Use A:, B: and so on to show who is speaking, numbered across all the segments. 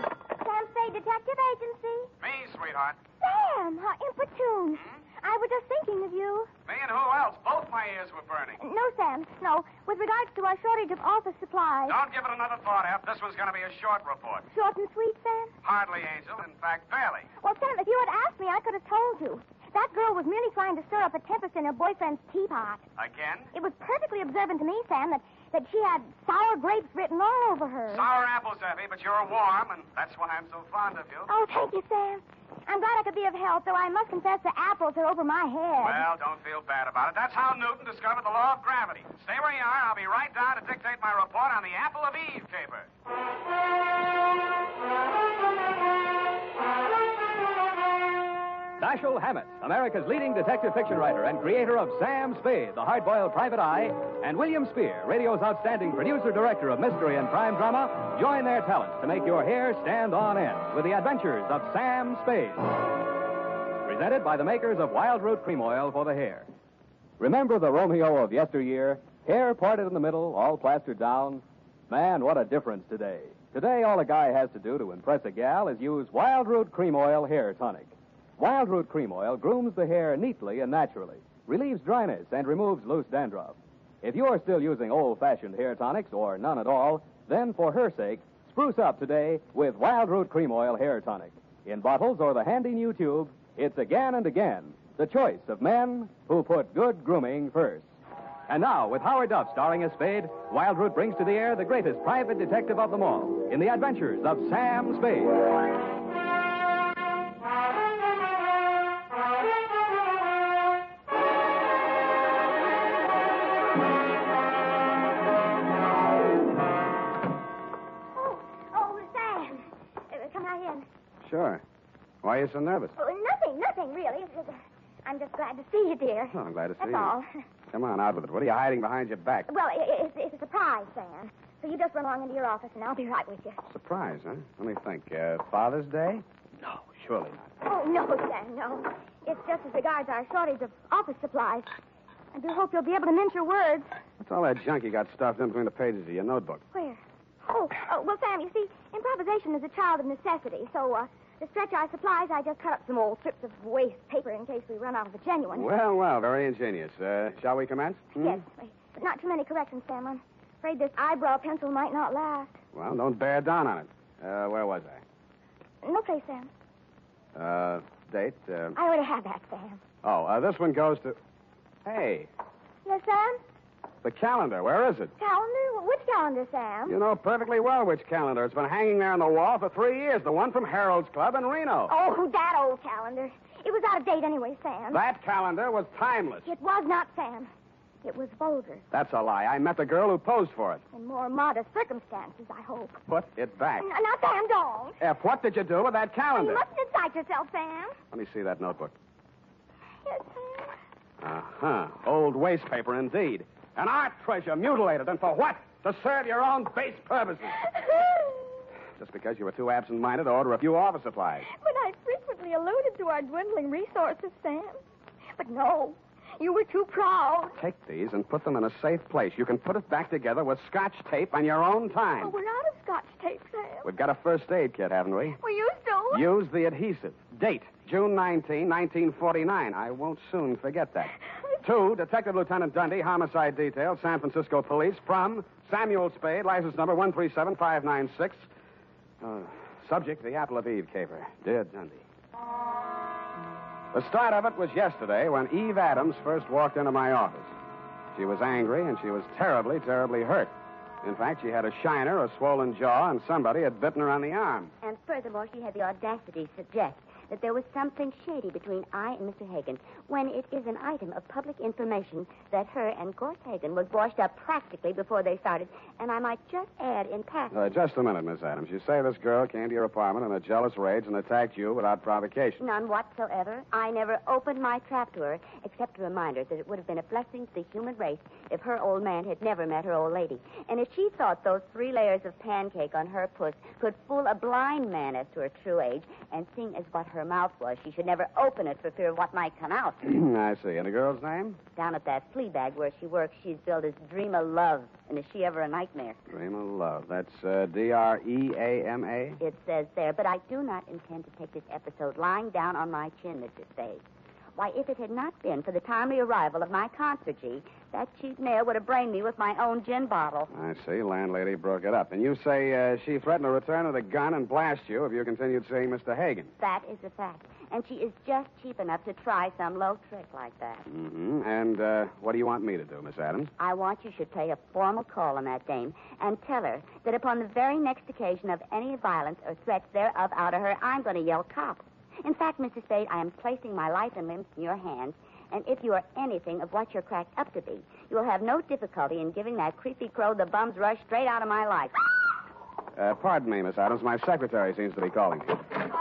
A: Hmm?
B: you?
A: Me and who else? Both my ears were burning.
B: No, Sam, no. With regards to our shortage of office supplies.
A: Don't give it another thought, Ep. This one's going to be a short report.
B: Short and sweet, Sam?
A: Hardly, Angel. In fact, barely.
B: Well, Sam, if you had asked me, I could have told you. That girl was merely trying to stir up a tempest in her boyfriend's teapot.
A: Again?
B: It was perfectly observant to me, Sam, that, that she had sour grapes written all over her.
A: Sour apples, Effie, but you're warm, and that's why I'm so fond of you.
B: Oh, thank you, Sam. I'm glad I could be of help, though I must confess the apples are over my head.
A: Well, don't feel bad about it. That's how Newton discovered the law of gravity. Stay where you are. I'll be right down to dictate my report on the apple of Eve caper.
C: Dashiell Hammett, America's leading detective fiction writer and creator of Sam Spade, the hardboiled private eye, and William Spear, radio's outstanding producer director of mystery and crime drama, join their talents to make your hair stand on end with the adventures of Sam Spade. Presented by the makers of Wild Root Cream Oil for the hair. Remember the Romeo of yesteryear? Hair parted in the middle, all plastered down? Man, what a difference today. Today, all a guy has to do to impress a gal is use Wild Root Cream Oil Hair Tonic. Wild Root Cream Oil grooms the hair neatly and naturally, relieves dryness, and removes loose dandruff. If you're still using old fashioned hair tonics or none at all, then for her sake, spruce up today with Wild Root Cream Oil Hair Tonic. In bottles or the handy new tube, it's again and again the choice of men who put good grooming first. And now, with Howard Duff starring as Spade, Wild Root brings to the air the greatest private detective of them all in the adventures of Sam Spade.
B: Oh, oh, Sam. Uh, come right in.
D: Sure. Why are you so nervous?
B: Oh, nothing, nothing, really. It's- it's- I'm just glad to see you, dear.
D: Oh, I'm glad to see
B: That's
D: you.
B: all.
D: Come on, out with it. What are you hiding behind your back?
B: Well, i i- it's, it's a surprise, Sam. So you just run along into your office, and I'll be right with you.
D: Surprise, huh? Let me think. Uh, Father's Day? No, surely not.
B: Oh, no, Sam, no. It's just as regards our shortage of office supplies. I do hope you'll be able to mince your words.
D: What's all that junk you got stuffed in between the pages of your notebook?
B: Where? Oh, oh well, Sam, you see, improvisation is a child of necessity. So, uh, to stretch our supplies, I just cut up some old strips of waste paper in case we run out of the genuine.
D: Well, well, very ingenious. Uh, shall we commence? Hmm?
B: Yes, wait, but not too many corrections, Sam. I'm afraid this eyebrow pencil might not last.
D: Well, don't bear down on it. Uh, where was
B: No place, Sam.
D: I? Uh, date? Uh,
B: I already have that, Sam.
D: oh, uh, this one goes to. Hey,
B: Yes, Sam?
D: the calendar. Where is it?
B: Calendar? Which calendar, Sam?
D: You know perfectly well which calendar. It's been hanging there on the wall for three years. The one from Harold's Club in Reno.
B: Oh, that old calendar. It was out of date anyway, Sam.
D: That calendar was timeless.
B: It was not, Sam. It was vulgar,
D: That's a lie. I met the girl who posed for it.
B: in more modest circumstances, I hope.
D: Put it back.
B: N- now, Sam, don't.
D: F, what did you do with that
B: You
D: calendar?
B: mustn't excite yourself, Sam.
D: Let me see that notebook.
B: Yes, Sam.
D: Uh huh. Old waste paper, indeed. An art treasure mutilated, and for what? To serve your own base purposes. Just because you were too absent minded to order a few office supplies.
B: but I frequently alluded to our dwindling resources, Sam. But no, you were too proud.
D: Take these and put them in a safe place. You can put it back together with scotch tape on your own
B: Oh,
D: time.
B: we're out of scotch tape, Sam.
D: We've got a first aid kit, haven't we?
B: We used to.
D: Use the adhesive. Date, June 19, 1949. I won't soon forget that. Two, Detective Lieutenant Dundee, Homicide Detail, San Francisco Police, from Samuel Spade, license number 137596. Uh, subject, the Apple of Eve caper. Dear Dundee. The start of it was yesterday when Eve Adams first walked into my office. She was angry and she was terribly, terribly hurt. In fact, she had a shiner, a swollen jaw, and somebody had bitten her on the arm.
E: And furthermore, she had the audacity to suggest that there was something shady between I and Mr. Hagan when it is an item of public information that her and Gorse Hagan were washed up practically before they started. And I might just add in passing.
D: Uh, just a minute, Miss Adams. You say this girl came to your apartment in a jealous rage and attacked you without provocation.
E: None whatsoever. I never opened my trap to her, except to remind her that it would have been a blessing to the human race if her old man had never met her old lady. And if she thought those three layers of pancake on her puss could fool a blind man as to her true age, and seeing as what her mouth was, she should never open it for fear of what might come out.
D: I see. And the girl's name?
E: Down at that flea bag where she works, she's billed as Dream of Love, and is she ever a nightmare?
D: Dream of Love. That's uh, D R E A M A.
E: It says there, but I do not intend to take this episode lying down on my chin, Mr. Spade. Why, if it had not been for the timely arrival of my concert, G, that cheap mare would have brained me with my own gin bottle.
D: I see. Landlady broke it up. And you say uh, she threatened to return with a gun and blast you if you continued seeing Mr. Hagen.
E: That is a fact. And she is just cheap enough to try some low trick like that.
D: Mm-hmm. And uh, what do you want me to do, Miss Adams?
E: I want you should pay a formal call on that dame and tell her that upon the very next occasion of any violence or threats thereof out of her, I'm going to yell cop. In fact, Mrs. Spade, I am placing my life and limbs in your hands, and if you are anything of what you're cracked up to be, you will have no difficulty in giving that creepy crow the bum's rush straight out of my life.
D: Uh, pardon me, Miss Adams. My secretary seems to be calling.
F: Out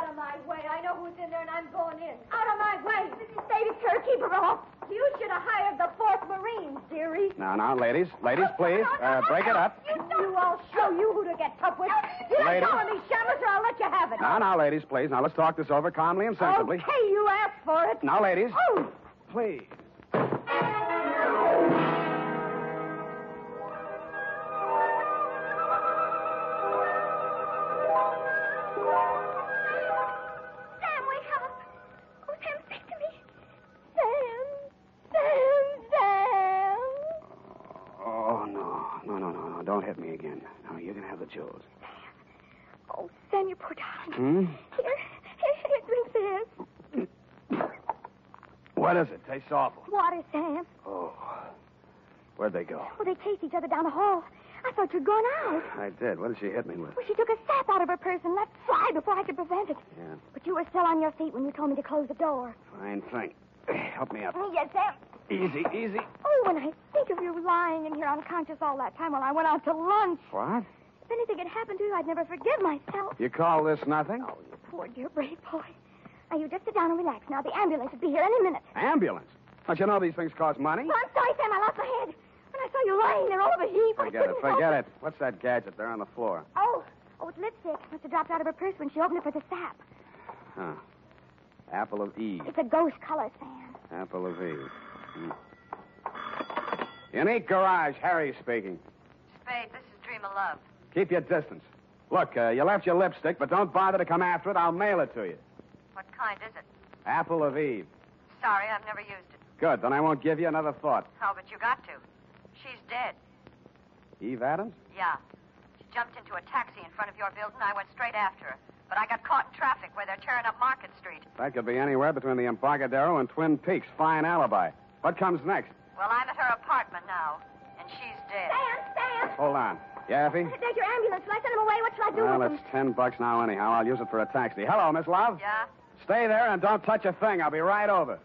F: of my way. I know who's in there, and I'm going in. Out of my way.
B: Mrs. Davis, her, keep her off.
F: You should have hired the 4th Marines, dearie.
D: Now, now, ladies, ladies, please, uh, break it up.
F: You, all show you who to get tough with. You don't
D: Lady.
F: call me shameless, or I'll let you have it.
D: Now, now, ladies, please. Now, let's talk this over calmly and sensibly.
F: Okay, you asked for it.
D: Now, ladies,
F: Oh,
D: please.
B: Sam, wake up. Oh, Sam, speak to me. Sam, Sam, Sam.
D: Oh, no. No, no, no, no. Don't hit me again. No, you're going to have the jewels.
B: Oh, Sam, you poor darling.
D: Hmm?
B: Here, here, here, drink this.
D: What is it? Tastes awful.
B: Water, Sam.
D: Oh. Where'd they go?
B: Oh, they chased each other down the hall. I thought you'd gone out.
D: I did. What did she hit me with?
B: Well, she took a sap out of her purse and let fly before I could prevent it.
D: Yeah,
B: But you were still on your feet when you told me to close the door. Mm,
D: fine thing. Help me up.
B: Yes, Sam.
D: Easy, easy.
B: Oh, when I think of you lying in here unconscious all that time while I went out to lunch.
D: What?
B: If anything had happened to you, I'd never forgive myself.
D: You call this nothing?
B: Oh, you poor dear brave boy. Now, you just sit down and relax. Now, the ambulance will be here any minute.
D: Ambulance. Don't you know these things cost money?
B: Oh, I'm sorry, Sam. I lost my head. When I saw you lying there all of a heap,
D: Forget
B: I
D: it,
B: couldn't
D: forget
B: help
D: it. What's that gadget there on the floor?
B: Oh, oh, it's lipstick. Must have dropped out of her purse when she opened it for the sap.
D: Huh. Apple of Eve.
B: It's a ghost color, Sam.
D: Apple of Eve. Hmm. Unique Garage, Harry speaking.
G: Spade, this is Dream of Love.
D: Keep your distance. Look, uh, you left your lipstick, but don't bother to come after it. I'll mail it to you.
G: What kind is it?
D: Apple of Eve.
G: Sorry, I've never used it.
D: Good, then I won't give you another thought.
G: Oh, but you got to. She's dead.
D: Eve Adams?
G: Yeah. She jumped into a taxi in front of your building. I went straight after her. But I got caught in traffic where they're tearing up Market Street.
D: That could be anywhere between the Embarcadero and Twin Peaks. Fine alibi. What comes next?
G: Well, I'm at her apartment now, and she's dead.
B: Sam, Sam.
D: Hold on. Yeah, Effie?
B: There's your ambulance. Shall I send him away? What shall I do
D: Well,
B: with him?
D: it's ten bucks now anyhow. I'll use it for a taxi. Hello, Miss Love.
G: Yeah?
D: Stay there and don't touch a thing. I'll be right over.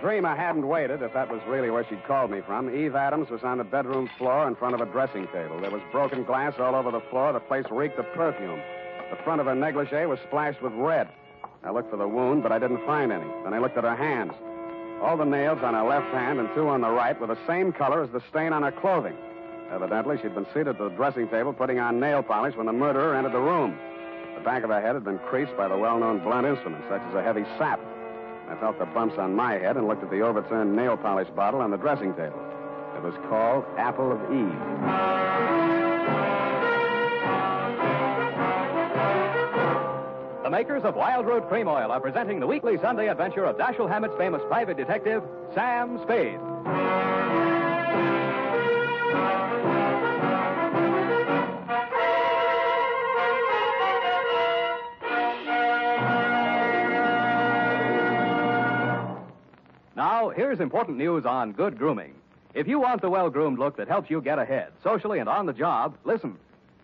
D: Dreamer hadn't waited, if that was really where she'd called me from. Eve Adams was on the bedroom floor in front of a dressing table. There was broken glass all over the floor. The place reeked of perfume. The front of her negligee was splashed with red. I looked for the wound, but I didn't find any. Then I looked at her hands. All the nails on her left hand and two on the right were the same color as the stain on her clothing. Evidently, she'd been seated at the dressing table putting on nail polish when the murderer entered the room. The back of her head had been creased by the well known blunt instrument, such as a heavy sap. I felt the bumps on my head and looked at the overturned nail polish bottle on the dressing table. It was called Apple of Eve.
C: The makers of Wild Root Cream Oil are presenting the weekly Sunday adventure of Dashiell Hammett's famous private detective, Sam Spade. Now, here's important news on good grooming. If you want the well groomed look that helps you get ahead, socially and on the job, listen.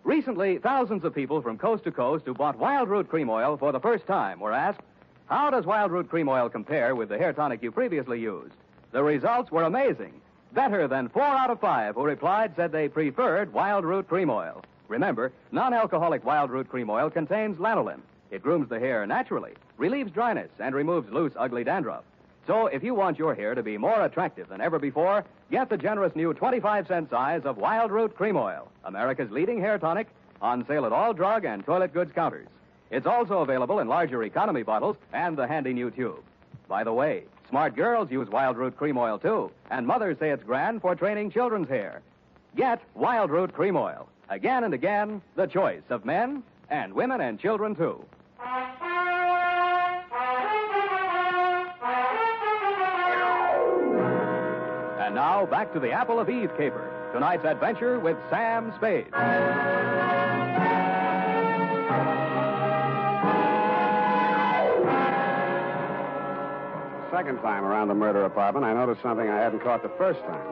C: Recently, thousands of people from coast to coast who bought Wild Root Cream Oil for the first time were asked, How does Wild Root Cream Oil compare with the hair tonic you previously used? The results were amazing. Better than four out of five who replied said they preferred Wild Root Cream Oil. Remember, non alcoholic Wild Root Cream Oil contains lanolin. It grooms the hair naturally, relieves dryness, and removes loose, ugly dandruff. So if you want your hair to be more attractive than ever before, get the generous new 25 cent size of Wild Root Cream Oil, America's leading hair tonic, on sale at all drug and toilet goods counters. It's also available in larger economy bottles and the handy new tube. By the way, smart girls use Wild Root Cream Oil too, and mothers say it's grand for training children's hair. Get Wild Root Cream Oil. Again and again, the choice of men and women and children, too. And now, back to the Apple of Eve caper. Tonight's adventure with Sam Spade.
D: Second time around the murder apartment, I noticed something I hadn't caught the first time.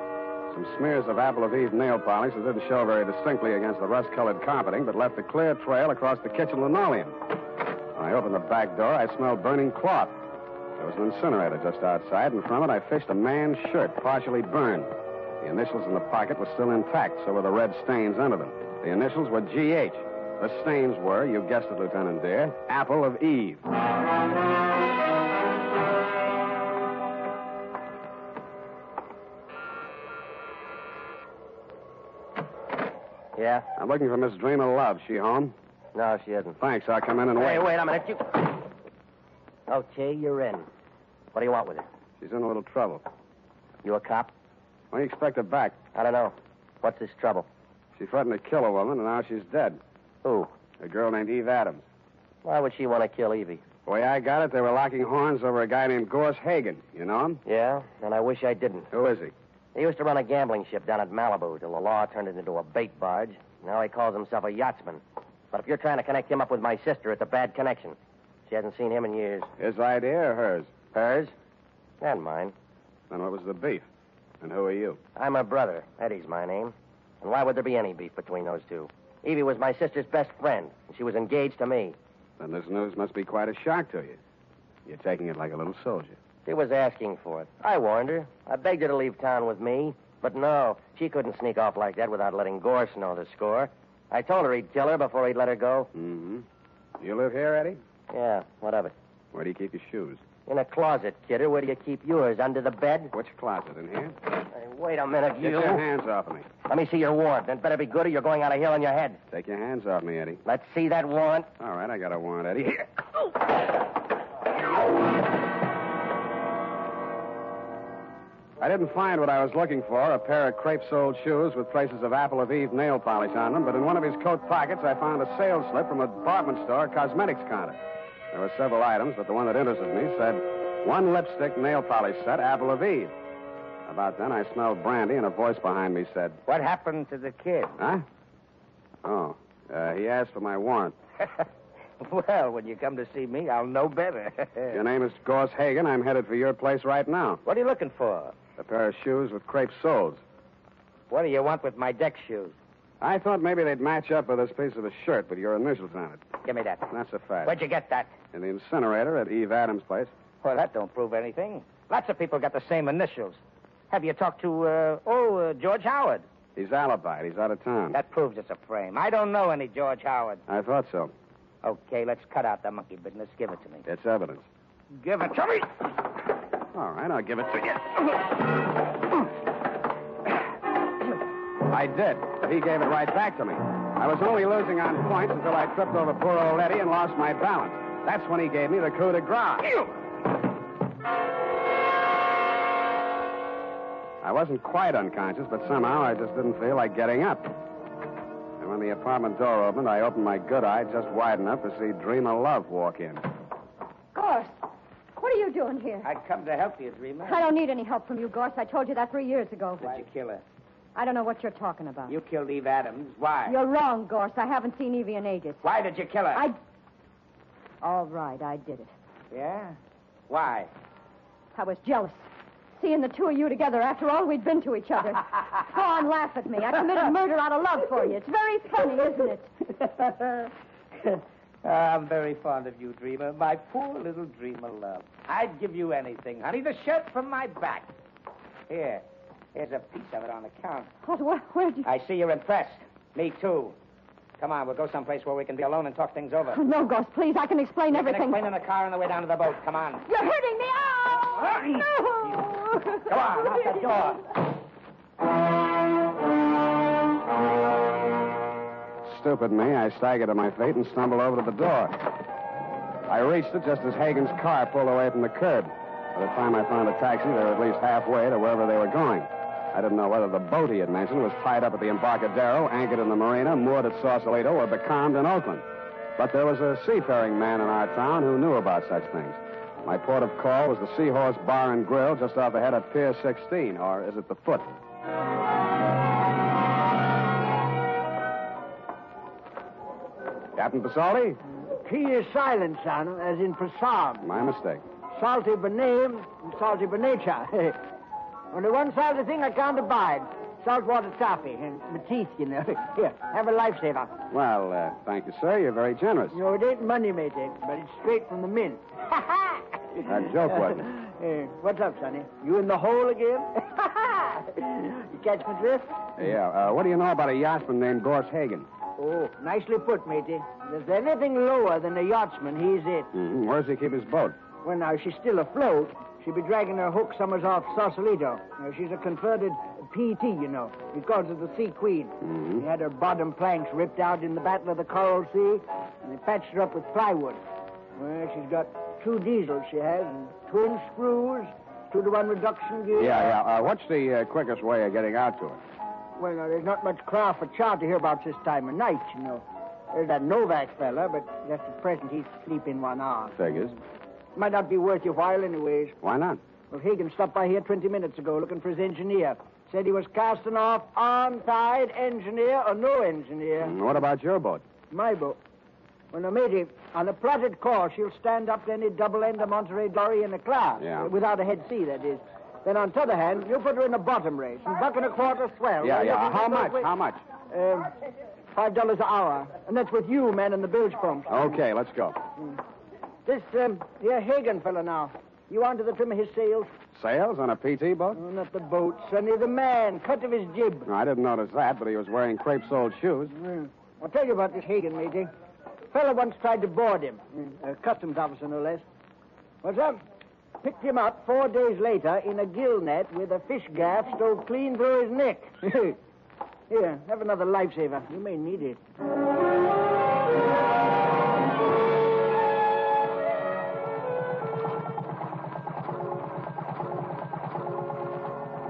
D: Some smears of Apple of Eve nail polish that didn't show very distinctly against the rust colored carpeting, but left a clear trail across the kitchen linoleum. When I opened the back door, I smelled burning cloth. There was an incinerator just outside, and from it I fished a man's shirt, partially burned. The initials in the pocket were still intact, so were the red stains under them. The initials were GH. The stains were, you guessed it, Lieutenant Dare, Apple of Eve.
H: Yeah?
D: I'm looking for Miss Dreamer Love. She home?
H: No, she isn't.
D: Thanks. I'll come in and
H: Hey, wait a minute. You. Okay, you're in. What do you want with her?
D: She's in a little trouble.
H: You a cop?
D: When do you expect her back?
H: I don't know. What's this trouble?
D: She threatened to kill a woman, and now she's dead.
H: Who?
D: A girl named Eve Adams.
H: Why would she want to kill Evie?
D: The way I got it, they were locking horns over a guy named Gorse Hagen. You know him?
H: Yeah, and I wish I didn't.
D: Who is he?
H: He used to run a gambling ship down at Malibu till the law turned it into a bait barge. Now he calls himself a yachtsman. But if you're trying to connect him up with my sister, it's a bad connection. She hasn't seen him in years.
D: His idea or hers?
H: Hers? And mine.
D: Then what was the beef? And who are you?
H: I'm her brother. Eddie's my name. And why would there be any beef between those two? Evie was my sister's best friend, and she was engaged to me.
D: Then this news must be quite a shock to you. You're taking it like a little soldier.
H: She was asking for it. I warned her. I begged her to leave town with me. But no, she couldn't sneak off like that without letting Gorse know the score. I told her he'd kill her before he'd let her go.
D: Mm-hmm. You live here, Eddie?
H: Yeah, what of it?
D: Where do you keep your shoes?
H: In a closet, kidder. Where do you keep yours? Under the bed?
D: Which closet? In here?
H: Hey, wait a minute,
D: Get
H: you.
D: your hands off me.
H: Let me see your warrant. Then better be good or you're going out of here on your head.
D: Take your hands off me, Eddie.
H: Let's see that warrant.
D: All right, I got a warrant, Eddie. Here. I didn't find what I was looking for a pair of crepe soled shoes with traces of Apple of Eve nail polish on them, but in one of his coat pockets, I found a sales slip from a department store cosmetics counter. There were several items, but the one that interested me said one lipstick nail polish set, Apple of Eve. About then, I smelled brandy, and a voice behind me said,
H: What happened to the kid?
D: Huh? Oh, uh, he asked for my warrant.
H: well, when you come to see me, I'll know better.
D: Your name is Gorse Hagen. I'm headed for your place right now.
H: What are you looking for?
D: A pair of shoes with crepe soles.
H: What do you want with my deck shoes?
D: I thought maybe they'd match up with this piece of a shirt with your initials on it.
H: Give me that.
D: That's a fact.
H: Where'd you get that?
D: In the incinerator at Eve Adams' place.
H: Well, that don't prove anything. Lots of people got the same initials. Have you talked to, uh, oh, uh, George Howard?
D: He's alibied. He's out of town.
H: That proves it's a frame. I don't know any George Howard.
D: I thought so.
H: Okay, let's cut out the monkey business. Give it to me.
D: It's evidence.
H: Give it to me!
D: All right, I'll give it to you. I did, but he gave it right back to me. I was only losing on points until I tripped over poor old Eddie and lost my balance. That's when he gave me the coup de grace. I wasn't quite unconscious, but somehow I just didn't feel like getting up. And when the apartment door opened, I opened my good eye just wide enough to see Dreamer Love walk in.
F: Gorse, what are you doing here?
H: I come to help you, Dreamer.
F: I don't need any help from you, Gorse. I told you that three years ago.
H: Did you kill her?
F: I don't know what you're talking about.
H: You killed Eve Adams. Why?
F: You're wrong, Gorse. I haven't seen Evie in ages.
H: Why did you kill her?
F: I. All right, I did it.
H: Yeah? Why?
F: I was jealous. Seeing the two of you together after all we'd been to each other. Go on, laugh at me. I committed murder out of love for you. It's very funny, isn't it?
I: I'm very fond of you, Dreamer. My poor little Dreamer love. I'd give you anything, honey. The shirt from my back. Here. Here's a piece of it on the counter.
F: What, where, where'd you.
I: I see you're impressed. Me, too. Come on, we'll go someplace where we can be alone and talk things over.
F: Oh, no, Gorse, please. I can explain
I: You
F: everything.
I: Can explain in the car on the way down to the boat. Come on.
F: You're hurting me. Oh! No!
I: Go on, out the door.
D: Stupid me, I staggered to my feet and stumbled over to the door. I reached it just as Hagen's car pulled away from the curb. By the time I found a taxi, they were at least halfway to wherever they were going. I didn't know whether the boat he had mentioned was tied up at the Embarcadero, anchored in the marina, moored at Sausalito, or becalmed in Oakland. But there was a seafaring man in our town who knew about such things. My port of call was the Seahorse Bar and Grill just off the head of Pier 16, or is it the foot? Captain Pasaldi?
J: He is silent, son, as in Prasad.
D: My mistake.
J: Salty by name and salty by nature. Only one salty thing I can't abide. Saltwater toffee. And my teeth, you know. Here, have a lifesaver.
D: Well, uh, thank you, sir. You're very generous.
J: You know, it ain't money, mate, eh, but it's straight from the mint.
D: That joke wasn't it?
J: Eh, what's up, Sonny? You in the hole again? you catch my drift?
D: Yeah. Uh, what do you know about a yachtsman named Gorse Hagen?
J: Oh, nicely put, matey. If there's anything lower than a yachtsman, he's it.
D: Mhm. Where does he keep his boat?
J: Well, now, she's still afloat. She'll be dragging her hook somewheres off Sausalito. Now, she's a converted PT, you know. We calls her the Sea Queen.
D: Mhm.
J: She had her bottom planks ripped out in the Battle of the Coral Sea, and they patched her up with plywood. Well, she's got two diesels, she has, and twin screws, two-to-one reduction gear.
D: Yeah, yeah. Uh, what's the uh, quickest way of getting out to it?
J: Well, now, there's not much craft for charter hereabouts this time of night, you know. There's that Novak fella, but just at present he's sleeping one arm.
D: Figures.
J: Might not be worth your while anyways.
D: Why not?
J: Well, Higgins stopped by here 20 minutes ago looking for his engineer. Said he was casting off on tide, engineer or no engineer.
D: And Mm, what about your boat?
J: My boat. Well, now, matey, on a plotted course, she'll stand up to any double-ender Monterey dory in a cloud.
D: Yeah.
J: uh, Without a head sea, that is. Then on t'other hand, you put her in a bottom race. And buck and a quarter swell.
D: Yeah,
J: Well,
D: yeah.
J: you
D: Uh,
J: can
D: How
J: get
D: much?
J: both
D: How much?
J: ways. Um, Five dollars an hour. And that's with you, man, in the bilge pump.
D: Okay, let's go.
J: This, um, here Hagen fella now. You onto the trim of his sails?
D: Sails on a PT boat?
J: Oh, not the boat, Sonny. The man, cut of his jib.
D: No, I didn't notice that, but he was wearing crepe-soled shoes.
J: Mm. I'll tell you about this Hagen, matey. Fella once tried to board him, mm, a customs officer, no less. What's up? Picked him up four days later in a gill net with a fish gaff stove clean through his neck. Here, have another lifesaver. You may need it.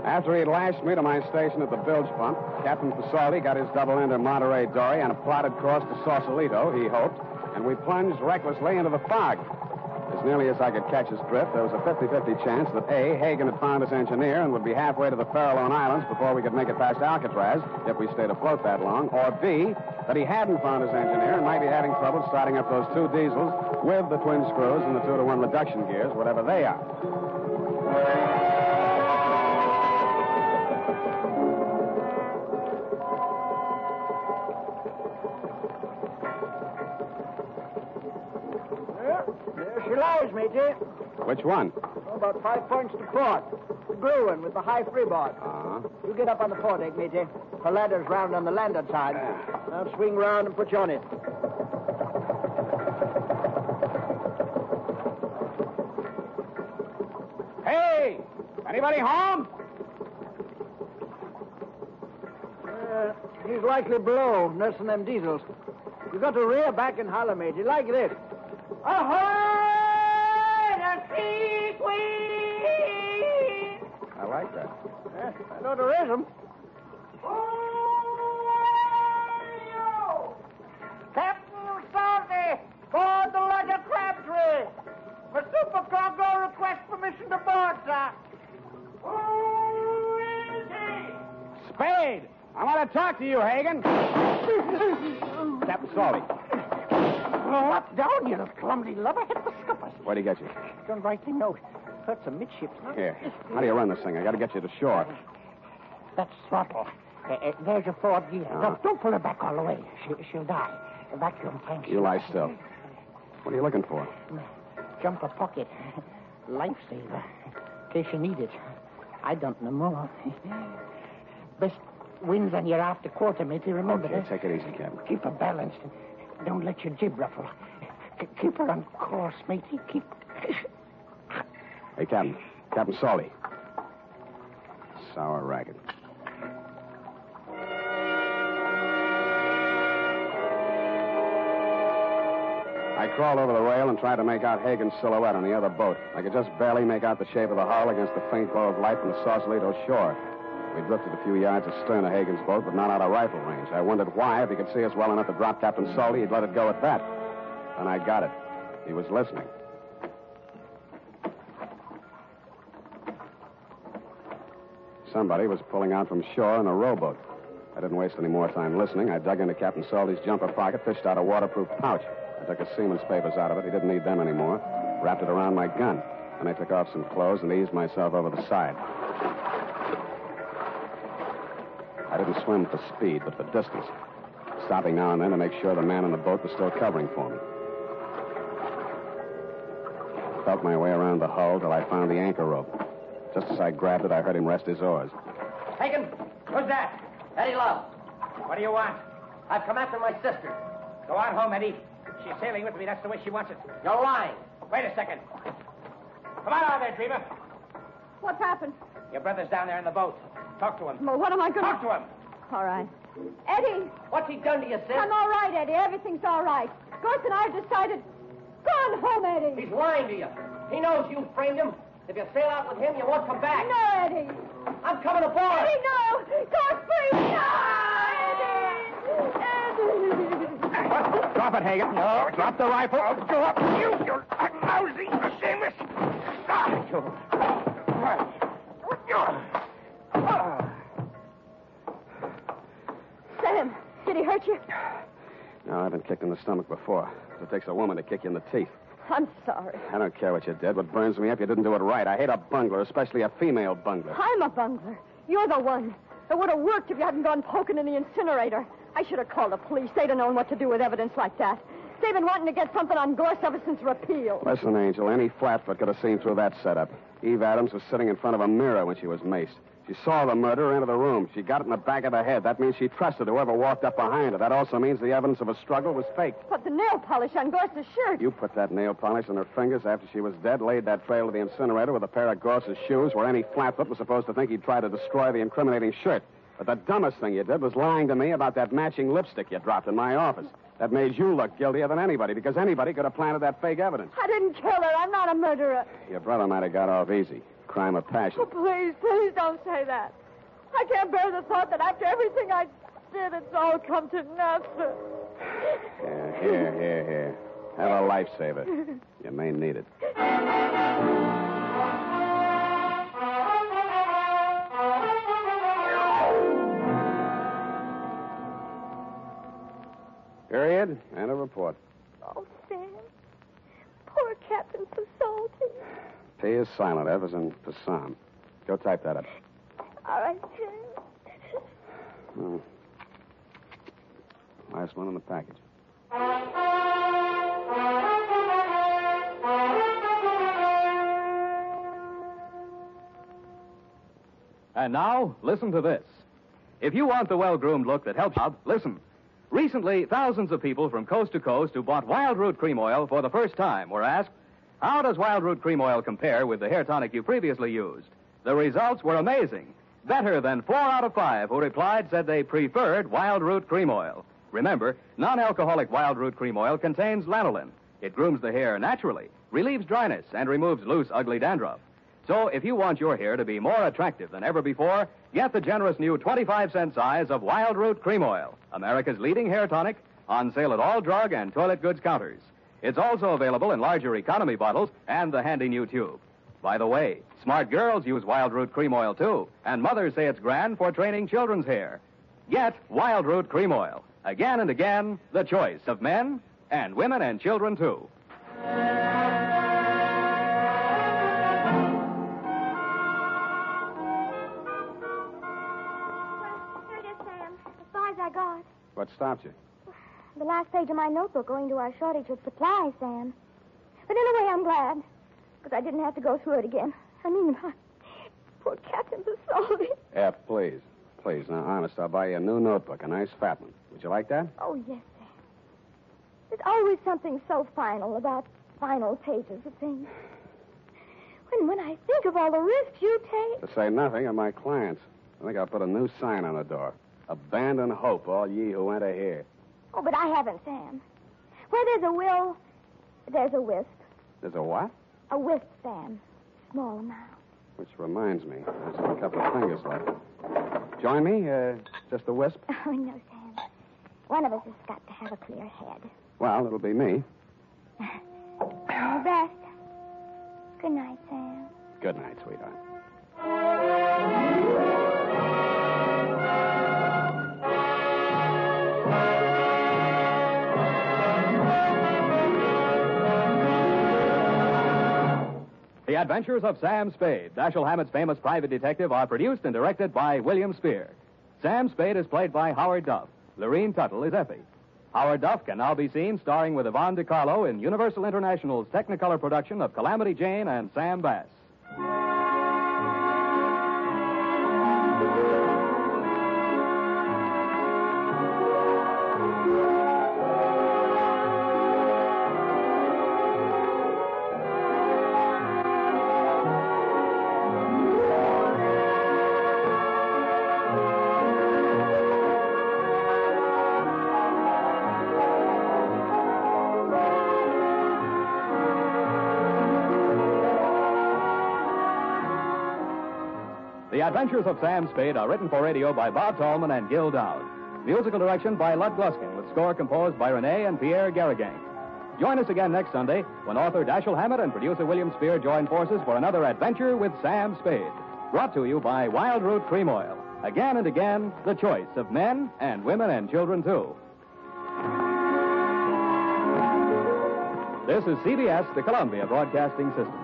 D: After he lashed me to my station at the bilge pump, Captain Fasaldi got his double-ender Monterey dory and a plotted course to Sausalito, he hoped, and we plunged recklessly into the fog. As nearly as I could catch his drift, there was a 50-50 chance that A, Hagen had found his engineer and would be halfway to the Farallone Islands before we could make it past Alcatraz, if we stayed afloat that long, or B, that he hadn't found his engineer and might be having trouble starting up those two diesels with the twin screws and the two-to-one reduction gears, whatever they are.
J: There she lies, matey.
D: Which one?
J: Oh, about five points to port. The Gruen with the high freeboard.
D: Uh-huh.
J: You get up on the foredeck, matey. The ladder's round on the landed side. I'll swing round and put you on it.
D: Hey! Anybody home?
J: Uh, he's likely below, nursing them diesels. You've got to rear back and holler, matey, like this. Ahoy! The sea queen!
D: I like that.
J: Eh, I know there is 'em. Captain Salty, board the Lodger Crabtree. For supercargo, request permission to board, sir.
D: Spade! I want to talk to you, Hagen. Captain Salty.
I: Well, up down, you little clumsy lubber. Hit the scuppers.
D: Where'd he get you?
I: Don't write the note. Hurts amidships. huh?
D: Here. How do you run this thing? I got to get you to shore.
I: That's
D: Oh.
I: throttle. Uh, uh, there's your forward gear.
D: Ah.
I: Don't, don't pull her back all the way. She, she'll die. The vacuum tank.
D: You lie still. What are you looking for?
I: Jumper pocket. Lifesaver. In case you need it. I don't know more. Best wins on your after quarter, matey. Remember
D: Okay,
I: that.
D: take it easy, Captain.
I: Keep her balanced. and Don't let your jib ruffle. K- Keep her on course, matey. Keep.
D: Hey, Captain. Captain Salty. Sour racket. I crawled over the rail and tried to make out Hagen's silhouette on the other boat. I could just barely make out the shape of the hull against the faint glow of light from the Sausalito shore. We'd drifted a few yards astern of Hagen's boat, but not out of rifle range. I wondered why, if he could see us well enough to drop Captain Salty, he'd let it go at that. And I got it. He was listening. Somebody was pulling out from shore in a rowboat. I didn't waste any more time listening. I dug into Captain Salty's jumper pocket, fished out a waterproof pouch. I took his seaman's papers out of it. He didn't need them anymore. Wrapped it around my gun. Then I took off some clothes and eased myself over the side. I didn't swim for speed, but for distance. Stopping now and then to make sure the man in the boat was still covering for me. Felt my way around the hull till I found the anchor rope. Just as I grabbed it, I heard him rest his oars.
I: Hagen, who's that? Eddie Love. What do you want? I've come after my sister. Go on home, Eddie. She's sailing with me. That's the way she wants it. You're lying. Wait a second. Come on out of there, Dreamer.
F: What's happened?
I: Your brother's down there in the boat. Talk to him.
F: Well, what am I going
I: Talk to him.
F: All right. Eddie!
I: What's he done to you, Sid?
F: I'm all right, Eddie. Everything's all right. Gus and I have decided. Go on home, Eddie.
I: He's lying to you. He knows you framed him. If you sail out with him, you won't come back.
F: No, Eddie.
I: I'm coming aboard.
F: Eddie, no. Gus, please. No, Eddie. Eddie.
D: Drop it, Hagen. No. Drop the rifle. go up. You, you lousy, shameless.
F: Sam, did he hurt you?
D: No, I've been kicked in the stomach before. It takes a woman to kick you in the teeth.
F: I'm sorry.
D: I don't care what you did. What burns me up, you didn't do it right. I hate a bungler, especially a female bungler.
F: I'm a bungler. You're the one. It would have worked if you hadn't gone poking in the incinerator. I should have called the police. They'd have known what to do with evidence like that. They've been wanting to get something on Gorse ever since repeal.
D: Listen, Angel, any flatfoot could have seen through that setup. Eve Adams was sitting in front of a mirror when she was maced. She saw the murderer enter the room. She got it in the back of the head. That means she trusted whoever walked up behind her. That also means the evidence of a struggle was faked.
F: Put the nail polish on Gorse's shirt.
D: You put that nail polish on her fingers after she was dead, laid that trail to the incinerator with a pair of Gorse's shoes where any flatfoot was supposed to think he'd try to destroy the incriminating shirt. But the dumbest thing you did was lying to me about that matching lipstick you dropped in my office. That made you look guiltier than anybody because anybody could have planted that fake evidence.
F: I didn't kill her. I'm not a murderer.
D: Your brother might have got off easy. Crime of passion.
F: Oh, please, please don't say that. I can't bear the thought that after everything I did, it's all come to nothing.
D: Here, here, here, here. Have a lifesaver. You may need it. Period. And a report.
B: Oh, Sam. Poor Captain Pasolti.
D: P is silent, F is in Passam. Go type that up.
B: All right, Sam.
D: Hmm. Last one in the package.
C: And now, listen to this. If you want the well groomed look that helps Bob, listen. Recently, thousands of people from coast to coast who bought Wild Root Cream Oil for the first time were asked, How does Wild Root Cream Oil compare with the hair tonic you previously used? The results were amazing. Better than four out of five who replied said they preferred Wild Root Cream Oil. Remember, non alcoholic Wild Root Cream Oil contains lanolin. It grooms the hair naturally, relieves dryness, and removes loose, ugly dandruff. So if you want your hair to be more attractive than ever before, get the generous new 25 cent size of Wild Root Cream Oil, America's leading hair tonic, on sale at all drug and toilet goods counters. It's also available in larger economy bottles and the handy new tube. By the way, smart girls use Wild Root Cream Oil too, and mothers say it's grand for training children's hair. Get Wild Root Cream Oil. Again and again, the choice of men and women and children too.
B: Well, here it is, Sam. As far as I got.
D: What stopped you?
B: The last page of my notebook owing to our shortage of supplies, Sam. But in a way, I'm glad. Because I didn't have to go through it again. I mean, I... poor Captain Pasoldi.
D: F, please. Please, now, honest, I'll buy you a new notebook, a nice fat one. Would you like that?
B: Oh, yes, Sam. There's always something so final about final pages of things. When, when I think of all the risks you take.
D: To say nothing of my clients. I think I'll put a new sign on the door. Abandon hope, all ye who enter here.
B: Oh, but I haven't, Sam. Where there's a will, there's a wisp.
D: There's a what?
B: A wisp, Sam. Small amount.
D: Which reminds me, there's only a couple of fingers left. Join me? Uh, just a wisp?
B: Oh, no, Sam. One of us has got to have a clear head.
D: Well, it'll be me.
B: All the best. Good night, Sam.
D: Good night, sweetheart.
C: The Adventures of Sam Spade, Dashiell Hammett's famous private detective, are produced and directed by William Spear. Sam Spade is played by Howard Duff. Lorene Tuttle is Effie. Howard Duff can now be seen starring with Yvonne DiCarlo in Universal International's Technicolor production of Calamity Jane and Sam Bass. The Adventures of Sam Spade are written for radio by Bob Tallman and Gil Dowd. Musical direction by Lud Gluskin, with score composed by Renee and Pierre Garrigang. Join us again next Sunday when author Dashiell Hammett and producer William Spear join forces for another adventure with Sam Spade. Brought to you by Wild Root Cream Oil. Again and again, the choice of men and women and children, too. This is CBS, the Columbia Broadcasting System.